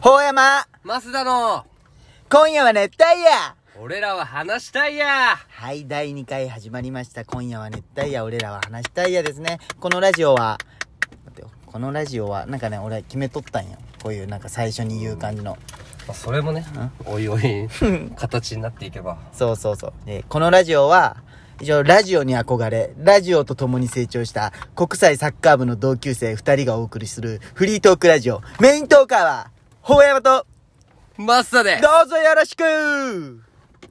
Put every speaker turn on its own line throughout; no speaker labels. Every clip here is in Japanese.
ほうやま
マスダの、
今夜は熱帯夜
俺らは話したいや
はい、第2回始まりました。今夜は熱帯夜、俺らは話したいやですね。このラジオは、待ってよ。このラジオは、なんかね、俺決めとったんよ。こういうなんか最初に言う感じの。
まあそれもね、おいおい、形になっていけば。
そうそうそう。で、このラジオは、一応ラジオに憧れ、ラジオと共に成長した国際サッカー部の同級生2人がお送りするフリートークラジオ。メイントーカーは、ほうやまと、
マスダで
どうぞよろしく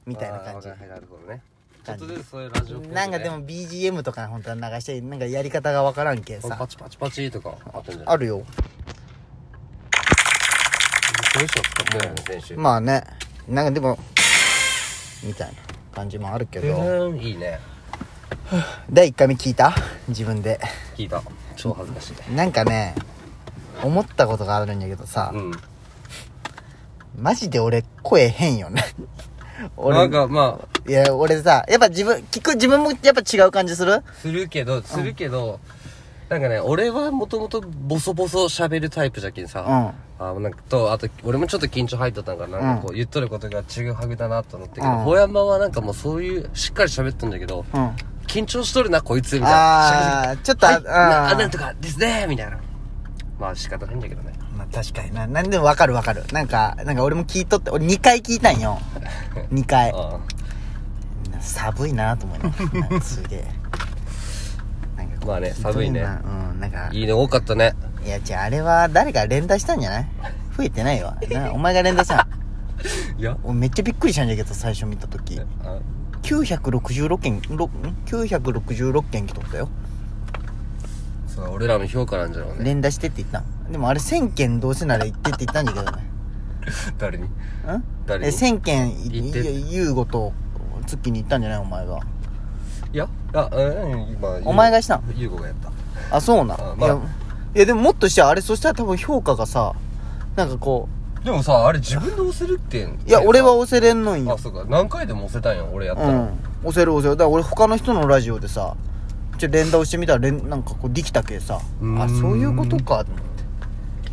み
み
たいな感じ。
なるほどね。ちょ
感
っ
じ
とずつそういうラジオっぽいね
なんかで、も BGM とか本当は流して、なんかやり方がわからんけん
パ
さ。
チパチパチとかあったんじゃない
あるよ。
そういう人は使ってないよね、選手。
まあね。なんかでも、みたいな感じもあるけど。
うん、いいね。
第1回目聞いた自分で。
聞いた。超恥ずかしい。
なんかね、思ったことがあるんやけどさ
う、ん。
マジで俺声変よ ね。
な
俺
ん、かまあ、
いや、俺さ、やっぱ自分、聞く自分もやっぱ違う感じする
するけど、するけど、なんかね、俺はもともとボソボソ喋るタイプじゃけんさ。
うん。
あなんかとあと俺もちょっと緊張入っとったんからなんかこう言っとることがちぐはぐだなと思ったけど、
うん
ほやまはなんかもうそういうしっかり喋っとんだけど、
うん。
緊張しとるなこいつみたいな
あー、ちょっと、
はい
あ、
な
あ
あなんとかですねみたいなまあ仕方ないんだけどね
まあ確かにな。なんでもわかるわかる。なんか、なんか俺も聞いとって、俺2回聞いた んよ。2回。
あ
寒いなと思いながら。なんかすげえ。なんかこう
まあね
ひど
寒いね
なうん、なんか
ー、いいね多かったね
いや、違う、あれは誰か連打したんじゃない増えてないよ。なお前が連打したん。
いや
俺めっちゃびっくりしたんだけど、最初見たとき。
あ
966件、ろん966件来とったよ。
そう俺らの評価なんじゃろうね
連打してって言ったん。でもあれ1000件どうせなら行ってって言ったんだけどね。
誰に
ん
誰
え
に
1000件
行って
優吾と月に行ったんじゃないお前が
いやあうん今
お前がしたん
優子がやった
あそうな
あ
ん、
ま
い
あ
やいやでももっとしてあれそしたら多分評価がさなんかこ
でもさあれ自分で押せるって
ういや俺は押せれんのん
あ
よ
そうか何回でも押せたんよ俺やっ
う
たら、
ん押せる押せるだから俺他の人のラジオでさちょ連打をしてみたら連なんかこうできたけさ
うーん
あそういうことかと思って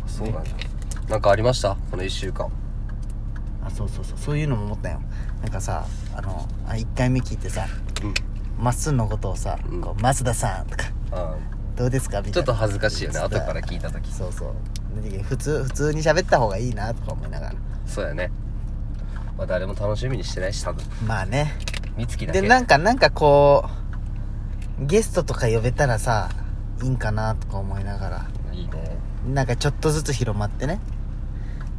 そうなんだ。なんかありましたこの一週間。
あそうそうそうそういうのも思ったよなんかさあのあ1回目聞いてさ
うん。
まっすーのことをさ
う
「
ん
こう増田さん」とか
あ
「どうですか?」み
ー
た
ちょ
い
っ
な
と恥ずかしいよね。
そう
後
だよ
から聞いたとき。
そうそうで普通普通に喋った方がいいなとか思いながら
そうやね。まあ誰も楽しみにしてないし、多分。
まあね
美月だけ。
でなんかなんかこうゲストとか呼べたらさいいんかなとか思いながら
いいね。
なんかちょっとずつ広まってね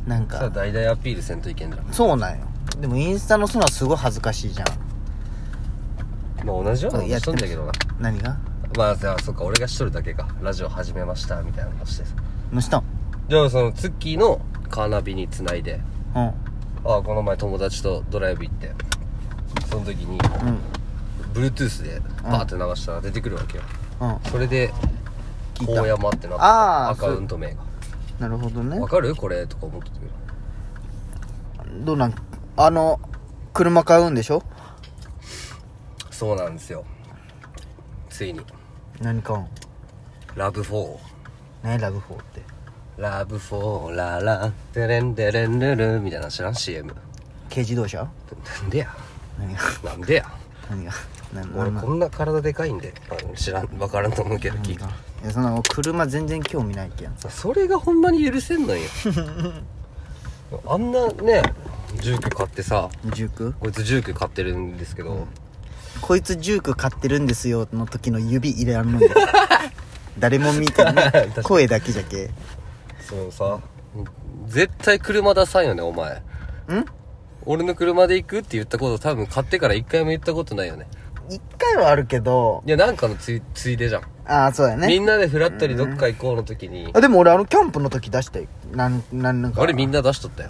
なん
さあ、
か
大々アピールせんといけんじゃん。
そうなんよでもインスタのそのはすごい恥ずかしいじゃん
まあ同じような
そ
こ
うや
と
っ
してと
る
んだけどな。
何が
まあ、じゃあ、そっか、俺がしとるだけか。ラジオ始めました、みたいなことしてさ。
のしたん
じゃあ、その、ツッキーのカーナビにつないで、
うん
ああ、この前友達とドライブ行って、その時
う
に、
ん
Bluetooth でバーって流したら出てくるわけよ。
うん
それで
聞いた
大山ってなって
あー
アカウント名が
なるほど
「
ね
わかるこれ」とか思ってたけど
どうなんあの車買うんでしょ
そうなんですよついに
何買うん
「ラブ4
何ラブフォーって
ラブ4ララデレンデレンルル」みたいなの知らん CM
軽自動車
なんでや
何が
なんでや
何が何
俺こんな体でかいんであの知らんわからんと思うけど聞い
い
た
やそんなもう車全然興味ないけん
それがほんまに許せん のよあんなね19買ってさ
19
こいつ19買ってるんですけど
こいつ19買ってるんですよの時の指入れらん のんだ誰も見てな
確か
い
に
声だけじゃけ
そのさ絶対車出さんよねお前
ん
俺の車で行くって言ったこと多分買ってから一回も言ったことないよね
一回はあるけど
いやなんかのついついでじゃん、
ああそうだ
み
ね
んなでフラったりどっか行こうの時に
あでも俺あのキャンプの時出してなんなんなんか
あれみんな出しとったよ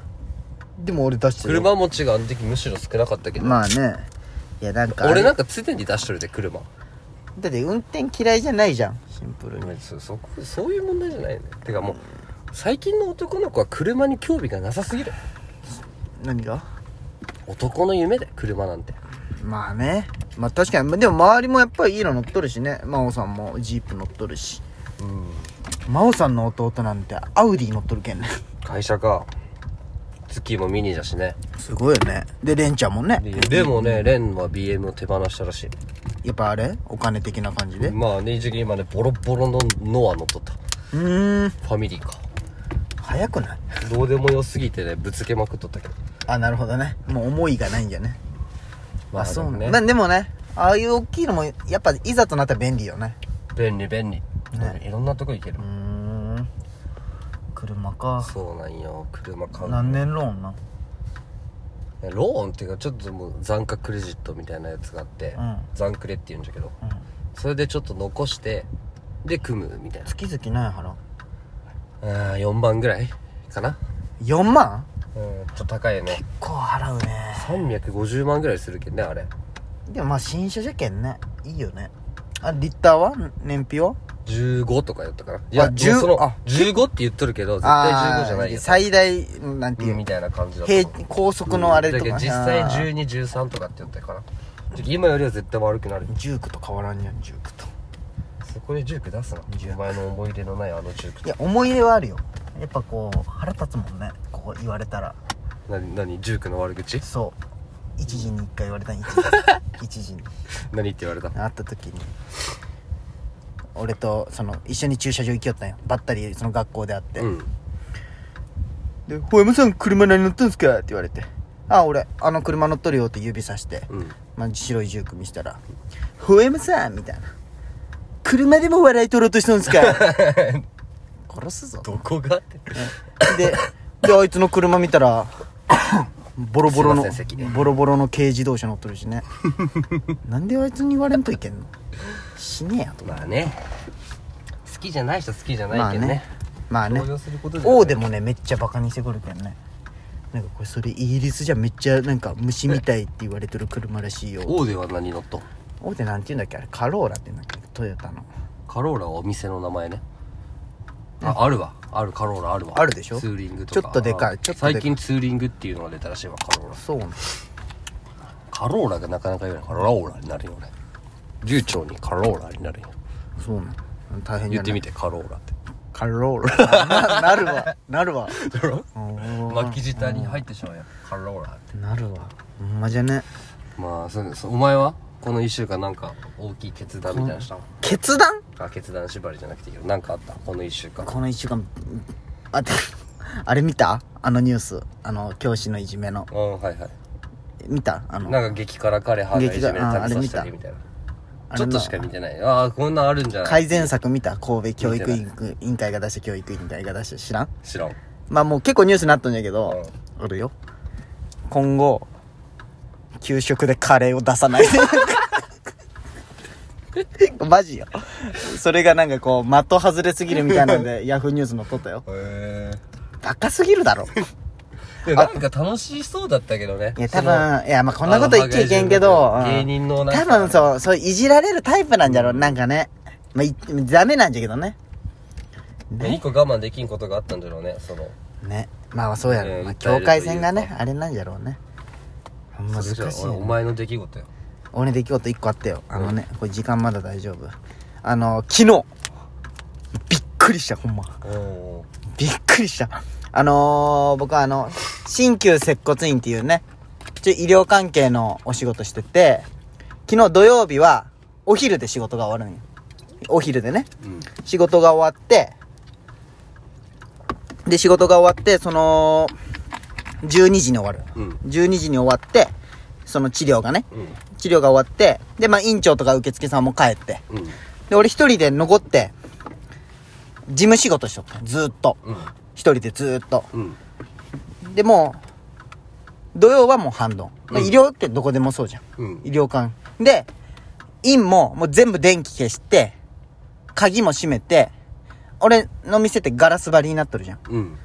でも俺出してるよ
車持ちがあの時むしろ少なかったけど、
まあねいやなんか
俺なんんか常に出しとるで車
だって運転嫌いじゃないじゃんシンプルに
そそこそういう問題じゃないよねてかもう最近の男の子は車に興味がなさすぎる
何が
男の夢で車なんて
まあねまあ確かにでも周りもやっぱりいいの乗っとるしね真央さんもジープ乗っとるし
うん
真央さんの弟なんてアウディ乗っとるけんね
会社かツッキーもミニだしね。
すごいよね。で、レンちゃんもね
で。でもね、レンは BM を手放したらし
やっぱあれお金的な感じで。
い。
う
まあね、一時期今ね、ボロボロのノア乗っとった。
ーん。
ファミリーか。
早くない
どうでもよすぎてね、ぶつけまくっとったけど。
あ、なるほどね。もう思いがないんじゃね。
ま
あ、そう
でも
ね。まあでもね、ああいう大きいのも、やっぱいざとなったら便利よね。
便利便利。
ね
いろんなとこ行ける
うー。ん。車か。
そうなんよ、車買うの。
何年ローンな
ローンっていうか、ちょっともう残価クレジットみたいなやつがあって、
うん
残クレって言うんだけど、
うん。
それでちょっと残して、で、組むみたいな。
月々何払う
ああ、4万ぐらいかな。
?4 万
うん、ちょっと高いよね。
こう払うね。
350万ぐらいするけんね、あれ。
でもまあ新車じゃけんね。いいよね。あ、リッターは燃費は
15とかやったから。い
あ
や、
10
10、その
あ、
15って言っとるけど、絶対15じゃない
あー
よ。
最大、なんていう、
みたいな感じだった。
平高速のあれと
うん
か、
だけど実際
あー
12、13とかって言ったから。ちょ今よりは絶対悪くなる。
19と変わらんじゃん19と
そこで19出すな。お前の思い出のないあの19
いや思い入れはあるよやっぱこう腹立つもんねここ言われたら
なに、なに、19の悪口
そう一時に一回言われ たん一時一時に
何って言われた
会った時に俺とその一緒に駐車場行きよったんよばったりその学校で会って、
うん。
で「ほ山さん車何乗ってんすか?」って言われて「あ俺あの車乗っとるよ」って指さして、
うん。
まあ、白いジューク見したら「ほ山さん」みたいな「車でも笑い取ろうとしとんすか? 」 殺すぞ
どこがって。
でであいつの車見たらボロボロの
すいません席
ボロボロの軽自動車乗っとるしねなんであいつに言われんといけんの死ねやと
まあね。好きじゃない人は好きじゃ
ま
な
あ
いけど
ね
ね。
まあね
動揺することじゃない
王でもねめっちゃバカにしてくるけんねなんかこれそれイギリスじゃめっちゃなんか虫みたいって言われてる車らしいよ
王では何乗っと
王ってなんて言うんだっけあれカローラって言うんだっけトヨタの
カローラはお店の名前ねああるわあるカローラあるわ
あるでしょ
ツーリングとか
ちょっとでかいちょっとでかい
最近ツーリングっていうのが出たらしいわカローラ
そうね
カローラがなかなか言わないカローラになるよ俺流暢にカローラになるよ
そうね大変じ
言
ゃ
っ
な
て
い
みてカローラって
カローラ ななるわなる わうん
巻き舌に入ってしまうやんカローラって
なるわほんまじゃね
まあそうですお前はこの1週間なんか大きい決断みたいなのしたの
決断
あ決断縛りじゃなくていいよなんかあったこの1週間
この1週間あてあれ見たあのニュースあの教師のいじめの
うんはいはい
見たあの
なんか激辛彼母がいじめ
激辛あ
食べさせた
あれ
りみたいな
あれ
ちょ
の
っとしか見てないああこんなんあるんじゃない
改善策見た神戸教育委員会委員会が出した教育委員会が出した知らん
知らん
まあもう結構ニュースになったんやけど、あるよ今後給食でカレーを出さない マジよそれがなんかこう的外れすぎるみたいなん でヤフーニュース載っとったよ
へ
バカすぎるだろ
えなんか楽しそうだったけどね
いや、多分、いや、まあ、こんなこと言っちゃいけんけ
あ
ど
の、
うん
芸人のなんか
多分そう、そう、いじられるタイプなんじゃろう、なんかね。まあ、いダメなんじゃけどね。
2個我慢できんことがあったんだろうねその
ね。まあ、そうやろ。
うん
まあ、
訴えるというか
境界線がね、あれなんじゃろうね。ほんま難しい
それじゃあおお
よね。
前の出来事よ
俺ね、出来事一個あったよ。あのね、これ時間まだ大丈夫。あの、昨日、びっくりした、ほんま。
おお
びっくりした。あのー、僕はあの、鍼灸接骨院っていうね、ちょ医療関係のお仕事してて、昨日土曜日はお昼で仕事が終わるんよ。お昼でね。
うん
仕事が終わって、で、仕事が終わって、その、12時に終わる。
うん
12時に終わって、その治療がね、
うん
治療が終わって、で、まあ、院長とか受付さんも帰って、
うん
で、俺一人で残って、事務仕事しとった。ずーっと。
うん
一人でずーっと。
うん
でもう土曜はもう半ドン、
うん
医療ってどこでもそうじゃん、
うん
医療館で院ももう全部電気消して鍵も閉めて俺の店ってガラス張りになっとるじゃん
うん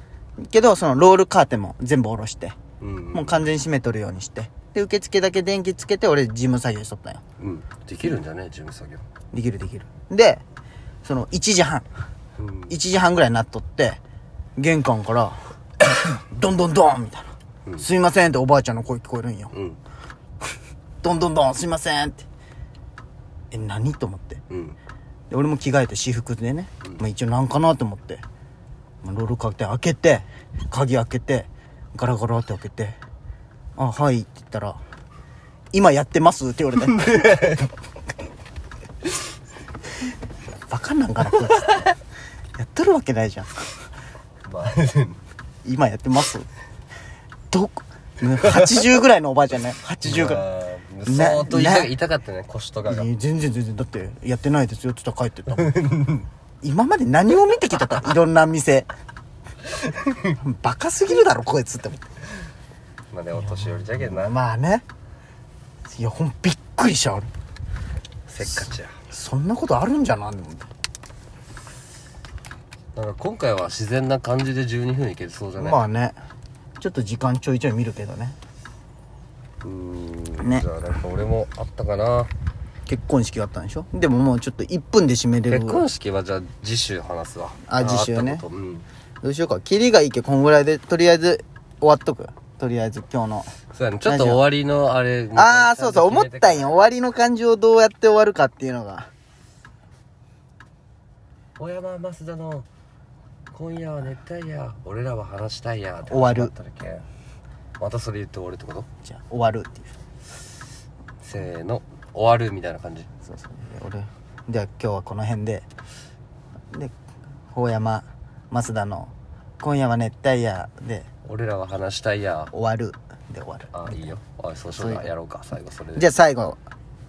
けどそのロールカーテンも全部下ろして
うん
もう完全に閉めとるようにしてで受付だけ電気つけて俺事務作業しとったんよ
うんできるんじゃね事務作業
できるできるでその1時半
うん
1時半ぐらいになっとって玄関から 「どんどんどん」みたいな「すいません」っておばあちゃんの声聞こえるんよ
うん
どんどんどんすいませんって。え、何と思って。
うん
で、俺も着替えて私服でね。まあ一応なんかなと思って。まあロールかけて開けて、鍵開けて、ガラガラって開けて、あ、はいって言ったら、今やってますって言われて。 バカなんかな、こいつやっとるわけないじゃん。
まあ、
今やってますどこ80ぐらいのおばあちゃんね80ぐら
まあ相当痛
な
か痛かったね、腰とか
い
が。
いや全然全然だってやってないですよって言ったら帰ってったもん 今まで何を見てき たかいろんな店バカすぎるだろこいつって思って
まあね、お年寄りじゃけんな。
まあねいやほんびっくりしちゃう
せっかちや。
そんなことあるんじゃなんでも
なんか今回は自然な感じで12分いけそうじゃない、
まあねちょっと時間ちょいちょい見るけどね
うーん、
ね
じゃあなんか俺もあったかな。
結婚式があったんでしょでももうちょっと1分で締めれる
結婚式はじゃあ次週話すわ。
あ次週ね
あったことうん。
どうしようか。キリがいいけ、こんぐらいで、とりあえず、終わっとく。とりあえず、今日の。
そうやね、ちょっと終わりのあれ。
ああ、そうそう、思ったん
よ。
よ。終わりの感じをどうやって終わるかっていうのが。
小山増田の今夜は熱帯夜俺らは話したいやって
終わる
始まったらけまたそれ言って終わるってこと
じゃあ、終わるっていう。
せーの終わるみたいな感じ
そうそう。俺、では今日はこの辺で。で、法山、増田の、今夜は熱帯夜で、
俺らは話したいや
終わる。で、終わる。
あいいよあそうしようかやろうか最後それで
じゃあ、最後、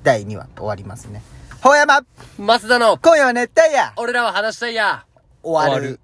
第2話、終わりますね。法山、
増田の
今夜は熱帯夜
俺らは話したいや
終わ
終わ
る
る。